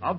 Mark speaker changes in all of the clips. Speaker 1: of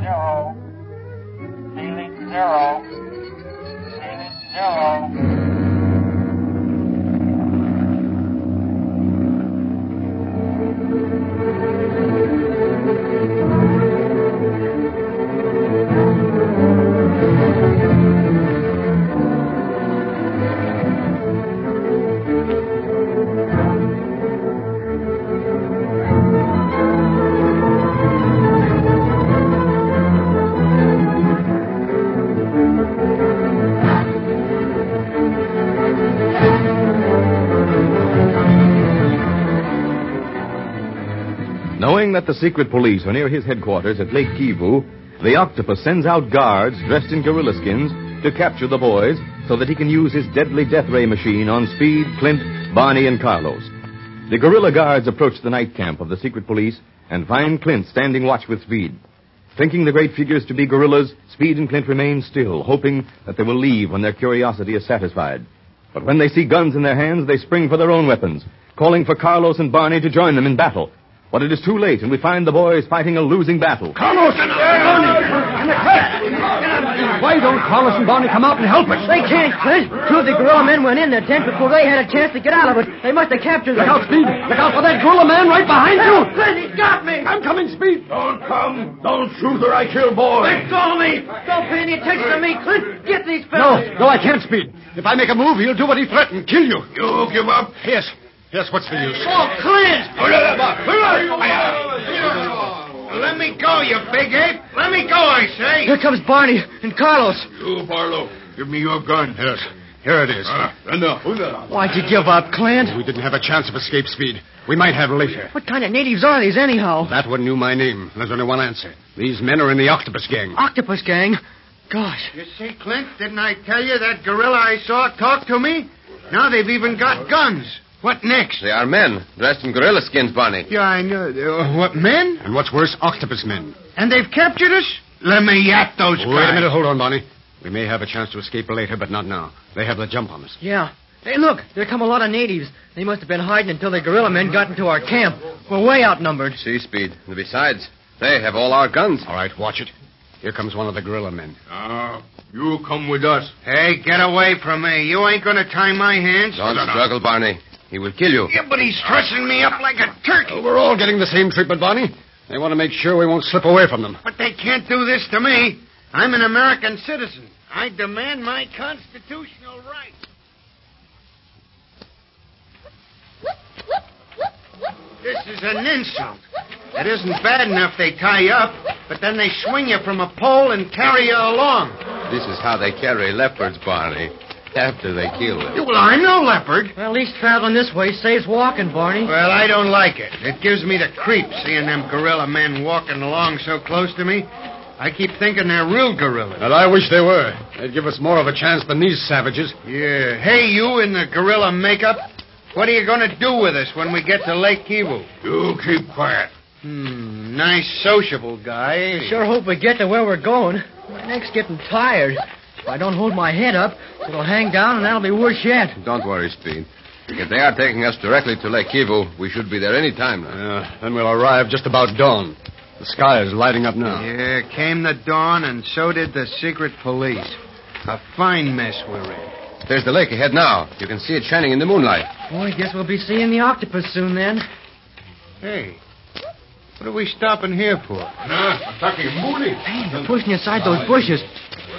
Speaker 2: zero. Ceiling zero. Ceiling zero. Ceiling zero.
Speaker 3: Knowing that the secret police are near his headquarters at Lake Kivu, the octopus sends out guards dressed in gorilla skins to capture the boys so that he can use his deadly death ray machine on Speed, Clint, Barney, and Carlos. The gorilla guards approach the night camp of the secret police and find Clint standing watch with Speed. Thinking the great figures to be gorillas, Speed and Clint remain still, hoping that they will leave when their curiosity is satisfied. But when they see guns in their hands, they spring for their own weapons, calling for Carlos and Barney to join them in battle. But it is too late, and we find the boys fighting a losing battle.
Speaker 4: Carlos and Why don't Carlos and Barney come out and help us?
Speaker 5: They can't, Clint. Two of the gorilla men went in their tent before they had a chance to get out of it. They must have captured
Speaker 4: Look
Speaker 5: them.
Speaker 4: out, Speed. Look out for that gorilla man right behind you.
Speaker 5: Clint, he's got me!
Speaker 4: I'm coming, Speed. Don't come. Don't shoot or I kill boy. Let go of me.
Speaker 5: Don't pay any attention to me, Clint. Get these fellas.
Speaker 4: No, no, I can't, Speed. If I make a move, he'll do what he threatened, kill you. You give up? Yes. Yes, what's the use?
Speaker 5: Oh, Clint!
Speaker 4: Let me go, you big ape. Let me go, I say.
Speaker 5: Here comes Barney and Carlos.
Speaker 4: You, Barlow, give me your gun. Ah, uh, Yes. Here it is.
Speaker 5: Why'd you give up, Clint?
Speaker 4: We didn't have a chance of escape speed. We might have later.
Speaker 5: What kind of natives are these, anyhow?
Speaker 4: That one knew my name. There's only one answer. These men are in the Octopus Gang.
Speaker 5: Octopus gang. Gosh.
Speaker 4: You see, Clint, didn't I tell you that gorilla I saw talked to me? Now they've even got guns. What next?
Speaker 3: They are men, dressed in gorilla skins, Barney.
Speaker 4: Yeah, I know. Uh, what, men? And what's worse, octopus men. And they've captured us? Let me at those Wait a minute, hold on, Barney. We may have a chance to escape later, but not now. They have the jump on us.
Speaker 5: Yeah. Hey, look, there come a lot of natives. They must have been hiding until the gorilla men got into our camp. We're way outnumbered.
Speaker 3: See, Speed. And besides, they have all our guns.
Speaker 4: All right, watch it. Here comes one of the gorilla men.
Speaker 3: You come with us.
Speaker 4: Hey, get away from me. You ain't gonna tie my hands.
Speaker 3: Don't struggle, Barney. He will kill you.
Speaker 4: Yeah, but he's dressing me up like a turkey. we're all getting the same treatment, Barney. They want to make sure we won't slip away from them. But they can't do this to me. I'm an American citizen. I demand my constitutional right. This is an insult. It isn't bad enough they tie you up, but then they swing you from a pole and carry you along.
Speaker 3: This is how they carry leopards, Barney. After they kill them.
Speaker 4: Well, I'm no leopard.
Speaker 5: Well, at least traveling this way saves walking, Barney.
Speaker 4: Well, I don't like it. It gives me the creeps seeing them gorilla men walking along so close to me. I keep thinking they're real gorillas. And I wish they were. They'd give us more of a chance than these savages. Yeah. Hey, you in the gorilla makeup. What are you going to do with us when we get to Lake Kivu? You keep quiet. Hmm, nice sociable guy.
Speaker 5: Sure hope we get to where we're going. My neck's getting tired. If I don't hold my head up, it'll hang down, and that'll be worse yet.
Speaker 3: Don't worry, Speed. If they are taking us directly to Lake Kivu, we should be there any time now.
Speaker 4: Yeah, then we'll arrive just about dawn. The sky is lighting up
Speaker 6: Oh.
Speaker 4: now.
Speaker 7: Here came the dawn, and so did the secret police. A fine mess we're in.
Speaker 3: There's the lake ahead now. You can see it shining in the moonlight.
Speaker 5: Boy, I guess we'll be seeing the octopus soon then.
Speaker 7: Hey, what are we stopping here for?
Speaker 5: Hey, they're pushing aside those bushes.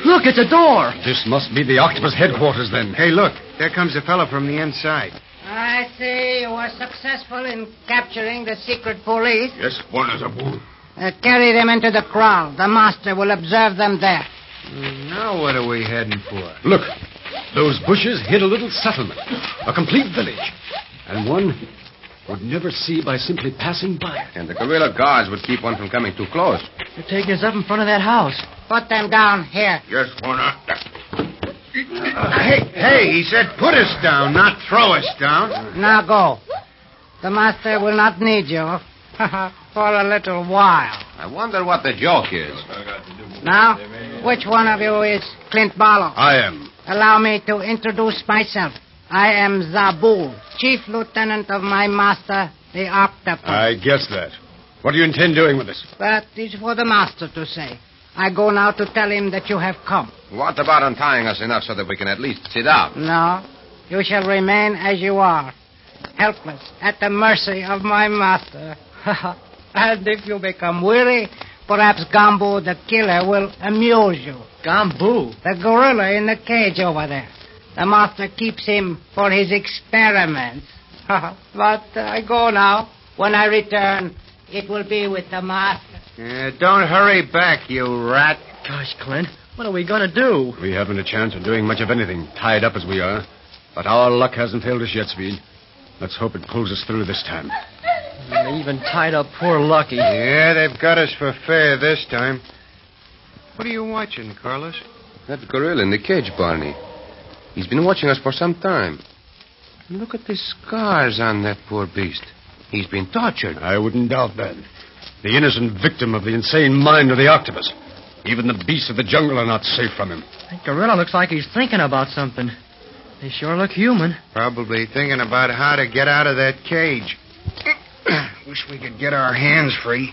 Speaker 5: Look, it's a door.
Speaker 4: This must be the octopus headquarters, then.
Speaker 7: Hey, look, there comes a fellow from the inside.
Speaker 8: I see you were successful in capturing the secret police.
Speaker 4: Yes, one is a bull.
Speaker 8: Uh, carry them into the kraal. The master will observe them there.
Speaker 7: Now what are we heading for?
Speaker 4: Look, those bushes hid a little settlement, a complete village, and one would never see by simply passing by.
Speaker 3: And the guerrilla guards would keep one from coming too close.
Speaker 5: They're taking us up in front of that house.
Speaker 8: Put them down here.
Speaker 4: Yes, one. Uh,
Speaker 7: hey, hey, he said put us down, not throw us down.
Speaker 8: Now go. The master will not need you for a little while.
Speaker 3: I wonder what the joke is.
Speaker 8: Now, which one of you is Clint Barlow?
Speaker 4: I am.
Speaker 8: Allow me to introduce myself. I am Zabul, chief lieutenant of my master,
Speaker 5: The octopus.
Speaker 3: I guess that. What do you intend doing with us?
Speaker 5: That is for the master to say. I go now to tell him that you have come.
Speaker 9: What about untying us enough so that we can at least sit down?
Speaker 5: No, you shall remain as you are, helpless, at the mercy of my master. and if you become weary, perhaps Gambu the killer will amuse you.
Speaker 6: Gamboo.
Speaker 5: The gorilla in the cage over there. The master keeps him for his experiments. but uh, I go now. When I return, it will be with the master.
Speaker 4: Uh, don't hurry back, you rat.
Speaker 6: Gosh, Clint, what are we going to do?
Speaker 3: We haven't a chance of doing much of anything, tied up as we are. But our luck hasn't failed us yet, Speed. Let's hope it pulls us through this time.
Speaker 6: They even tied up poor Lucky.
Speaker 4: Yeah, they've got us for fair this time. What are you watching, Carlos?
Speaker 9: That gorilla in the cage, Barney. He's been watching us for some time. Look at the scars on that poor beast. He's been tortured.
Speaker 3: I wouldn't doubt that. The innocent victim of the insane mind of the octopus. Even the beasts of the jungle are not safe from him.
Speaker 6: That gorilla looks like he's thinking about something. They sure look human.
Speaker 4: Probably thinking about how to get out of that cage. Wish we could get our hands free.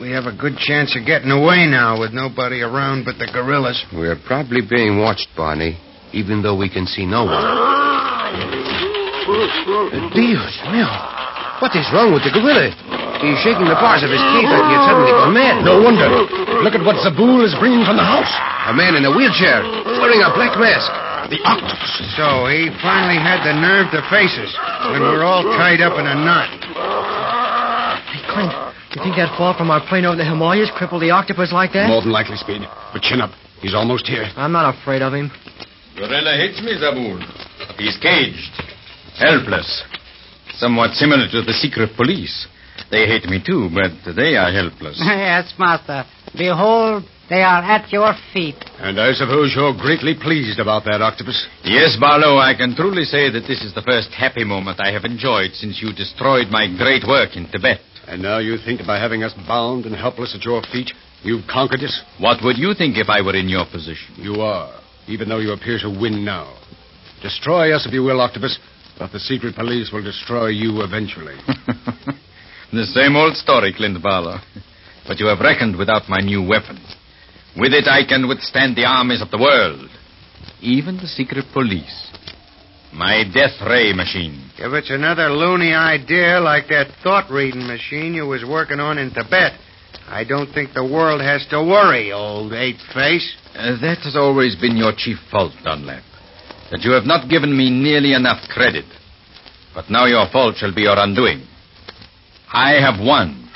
Speaker 4: We have a good chance of getting away now with nobody around but the gorillas.
Speaker 9: We're probably being watched, Barney, even though we can see no one. Dios mio. What is wrong with the gorilla? He's shaking the bars of his teeth like he had suddenly gone mad.
Speaker 3: No wonder. Look at what Zabul is bringing from the house.
Speaker 9: A man in a wheelchair, wearing a black mask.
Speaker 3: The octopus.
Speaker 4: So he finally had the nerve to face us when we're all tied up in a knot.
Speaker 6: Hey, Clint, you think that fall from our plane over the Himalayas crippled the octopus like that?
Speaker 3: More than likely, Speed. But chin up. He's almost here.
Speaker 6: Eh? I'm not afraid of him.
Speaker 10: Gorilla hates me, Zabul. He's caged, helpless. Somewhat similar to the secret police. They hate me too, but they are helpless.
Speaker 5: yes, master. Behold, they are at your feet.
Speaker 3: And I suppose you're greatly pleased about that octopus.
Speaker 10: yes, Barlow, I can truly say that this is the first happy moment I have enjoyed since you destroyed my great work in Tibet.
Speaker 3: And now you think that by having us bound and helpless at your feet, you've conquered us?
Speaker 10: What would you think if I were in your position?
Speaker 3: You are, even though you appear to win now. Destroy us if you will, Octopus, but the secret police will destroy you eventually.
Speaker 10: the same old story, Clint Barlow. But you have reckoned without my new weapon. With it, I can withstand the armies of the world, even the secret police. My death ray machine.
Speaker 4: If it's another loony idea like that thought reading machine you was working on in Tibet, I don't think the world has to worry, old ape face.
Speaker 10: Uh, that has always been your chief fault, Dunlap. That you have not given me nearly enough credit. But now your fault shall be your undoing. I have won,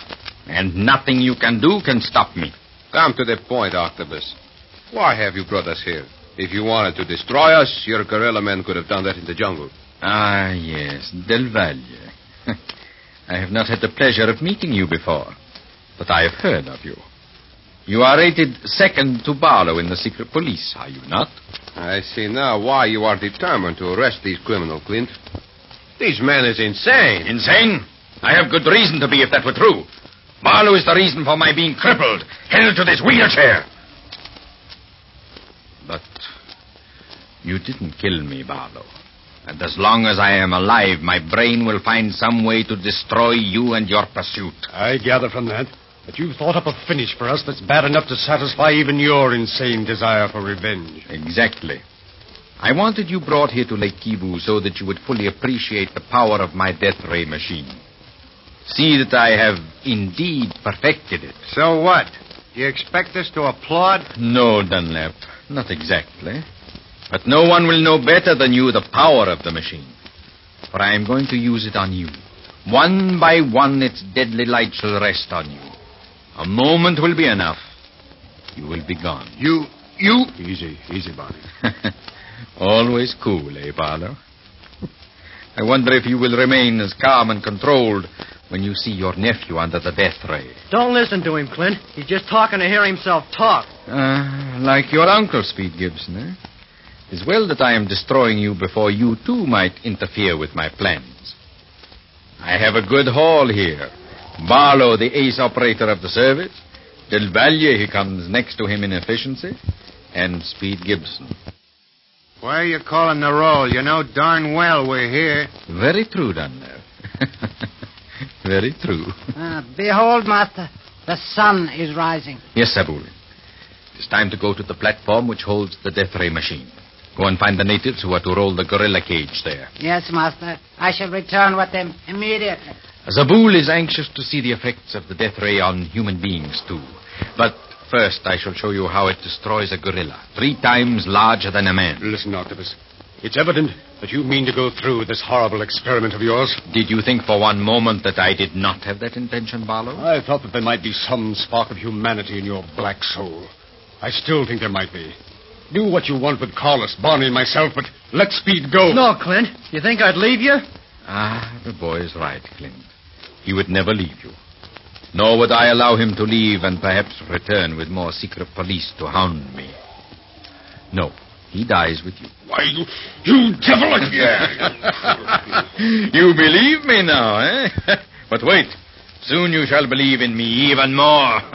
Speaker 10: and nothing you can do can stop me.
Speaker 9: Come to the point, Octopus. Why have you brought us here? If you wanted to destroy us, your gorilla men could have done that in the jungle.
Speaker 10: Ah, yes, Del Valle. I have not had the pleasure of meeting you before, but I have heard of you. You are rated second to Barlow in the secret police, are you not?
Speaker 9: I see now why you are determined to arrest these criminals, Clint. This man is insane.
Speaker 10: Insane? I have good reason to be if that were true. Barlow is the reason for my being crippled, held to this wheelchair. But you didn't kill me, Barlow. And as long as I am alive, my brain will find some way to destroy you and your pursuit.
Speaker 3: I gather from that that you've thought up a finish for us that's bad enough to satisfy even your insane desire for revenge.
Speaker 10: Exactly. I wanted you brought here to Lake Kivu so that you would fully appreciate the power of my death ray machine. See that I have indeed perfected it.
Speaker 4: So what? Do you expect us to applaud?
Speaker 10: No, Dunlap, not exactly. But no one will know better than you the power of the machine. For I am going to use it on you. One by one, its deadly light shall rest on you. A moment will be enough. You will be gone.
Speaker 3: You. You. Easy, easy, Barney.
Speaker 10: Always cool, eh, Barlow? I wonder if you will remain as calm and controlled when you see your nephew under the death ray.
Speaker 6: Don't listen to him, Clint. He's just talking to hear himself talk.
Speaker 10: Uh, like your uncle, Speed Gibson, eh? It's well that I am destroying you before you too might interfere with my plans. I have a good haul here. Barlow, the ace operator of the service. Del Valle, he comes next to him in efficiency. And Speed Gibson.
Speaker 4: Why are you calling the roll? You know darn well we're here.
Speaker 10: Very true, Dunlap. Very true.
Speaker 5: Ah, behold, master, the sun is rising.
Speaker 10: Yes, Sabul. It is time to go to the platform which holds the death ray machine. Go and find the natives who are to roll the gorilla cage there.
Speaker 5: Yes, master, I shall return with them immediately.
Speaker 10: Zabul is anxious to see the effects of the death ray on human beings, too. But first, I shall show you how it destroys a gorilla, three times larger than a man.
Speaker 3: Listen, Octopus. It's evident that you mean to go through this horrible experiment of yours.
Speaker 10: Did you think for one moment that I did not have that intention, Barlow?
Speaker 3: I thought that there might be some spark of humanity in your black soul. I still think there might be. Do what you want with Carlos, Barney, and myself, but let Speed go.
Speaker 6: No, Clint. You think I'd leave you?
Speaker 10: Ah, the boy is right, Clint. He would never leave you. Nor would I allow him to leave and perhaps return with more secret police to hound me. No, he dies with you.
Speaker 3: Why, you, you devil again!
Speaker 10: you believe me now, eh? but wait. Soon you shall believe in me even more.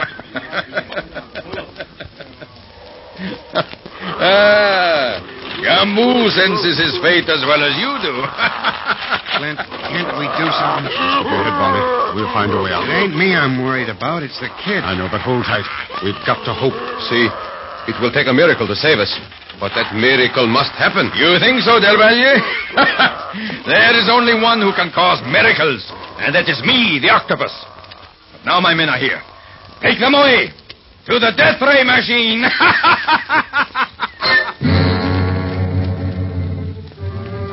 Speaker 10: ah, Gambu senses his fate as well as you do.
Speaker 4: Clint, can't we do something?
Speaker 3: Go ahead, Barney. We'll find a way out.
Speaker 4: It ain't me I'm worried about. It's the kid.
Speaker 3: I know, but hold tight. We've got to hope.
Speaker 9: See, it will take a miracle to save us. But that miracle must happen.
Speaker 10: you think so, Del Valle? there is only one who can cause miracles, and that is me, the octopus. But now my men are here. Take them away! To the death ray machine!